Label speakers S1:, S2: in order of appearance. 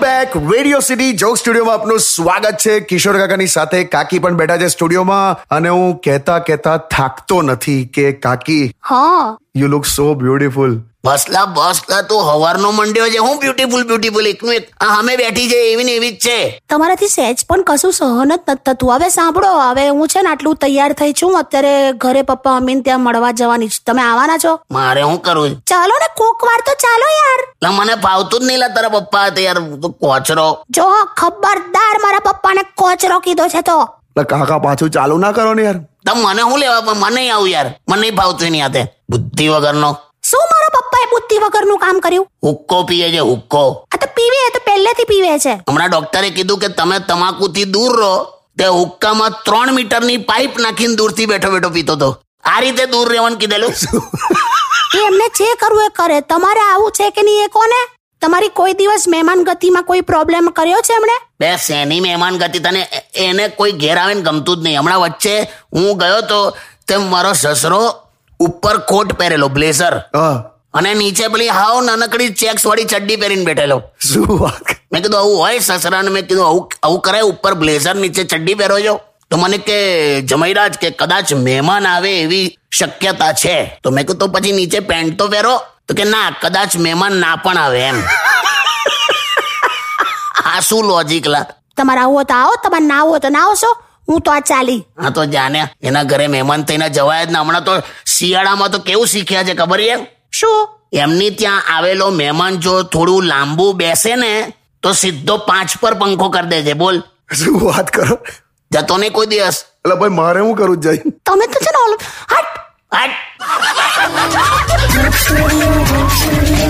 S1: back radio city joke સ્ટુડિયોમાં આપનું સ્વાગત છે કિશોર કાકાની સાથે કાકી પણ બેઠા છે સ્ટુડિયોમાં અને હું કહેતા કહેતા થાકતો નથી કે કાકી
S2: હા
S1: યુ લુક સો બ્યુટીફુલ
S3: ભસલા ભસલા તું હવારનો મંડ્યો છે હું બ્યુટીફુલ બ્યુટીફુલ એકનું એક આ સામે બેઠી છે એવી ને એવી જ છે
S2: તમારાથી સહેજ પણ કશું સહન જ નથી થતું હવે સાંભળો હવે હું છે ને આટલું તૈયાર થઈ છું અત્યારે ઘરે પપ્પા અમીન ત્યાં મળવા જવાની છું તમે આવવાના છો
S3: મારે હું કરું
S2: ચાલો ને કોક વાર તો ચાલો યાર
S3: લા મને ફાવતું જ નહીં લા તારા પપ્પા હતા યાર તું કોચરો
S2: જો હા, ખબરદાર મારા પપ્પાને કોચરો કીધો છે તો
S1: એટલે કાકા પાછું ચાલુ ના કરો ને યાર
S3: તમ મને હું લેવા પણ મને નહીં આવું યાર મને નહીં ફાવતું એની હાથે બુદ્ધિ વગરનો
S2: શું મારા પપ્પાએ બુદ્ધિ વગરનું કામ કર્યું
S3: હુક્કો પીએ છે હુક્કો
S2: આ તો પીવે એ તો પહેલેથી પીવે છે
S3: હમણાં ડોક્ટરે કીધું કે તમે તમાકુથી દૂર રહો તે હુક્કામાં ત્રણ મીટરની પાઇપ નાખીને દૂરથી બેઠો બેઠો પીતો હતો આ રીતે દૂર રહેવાનું કીધેલું
S2: એ એમને જે કરવું એ કરે તમારે આવું છે કે નહીં એ કોને તમારી કોઈ દિવસ મહેમાન ગતિમાં કોઈ પ્રોબ્લેમ કર્યો છે એમણે
S3: બે સેની મહેમાન ગતિ તને એ- એને કોઈ ઘેર આવે ને ગમતું જ નહીં હમણાં વચ્ચે હું ગયો તો તે મારો સસરો ઉપર કોટ પહેરેલો બ્લેઝર
S1: હા
S3: અને નીચે પેલી હાવ નાનકડી ચેક્સ વાળી ચડ્ડી પહેરીને બેઠેલો
S1: શું વાત
S3: મેં કીધું આવું હોય સસરાને મેં કીધું આવું આવું કરાય ઉપર બ્લેઝર નીચે ચડ્ડી પહેરો છો તો મને કે જમૈરાજ કે કદાચ મહેમાન આવે એવી શક્યતા છે તો મેં કીધું તો પછી નીચે પેન્ટ તો પહેરો તો કે ના કદાચ મહેમાન ના પણ આવે એમ આ શું લોજિક લા
S2: તમારે આવું હોય તો આવો તમારે ના આવું હોય તો ના આવશો હું તો આ ચાલી
S3: હા તો જાને એના ઘરે મહેમાન થઈને જવાય જ ને હમણાં તો શિયાળામાં તો કેવું શીખ્યા છે ખબર છે
S2: શું
S3: એમની ત્યાં આવેલો મહેમાન જો થોડું લાંબુ બેસે ને તો સીધો પાંચ પર પંખો કરી દે છે બોલ
S1: શું વાત કરો એટલે
S3: જતો નહીં કોઈ દિવસ
S1: ભાઈ મારે હું કરું જઈ
S2: તમે તો છે ને ઓલું- હટ
S3: હટ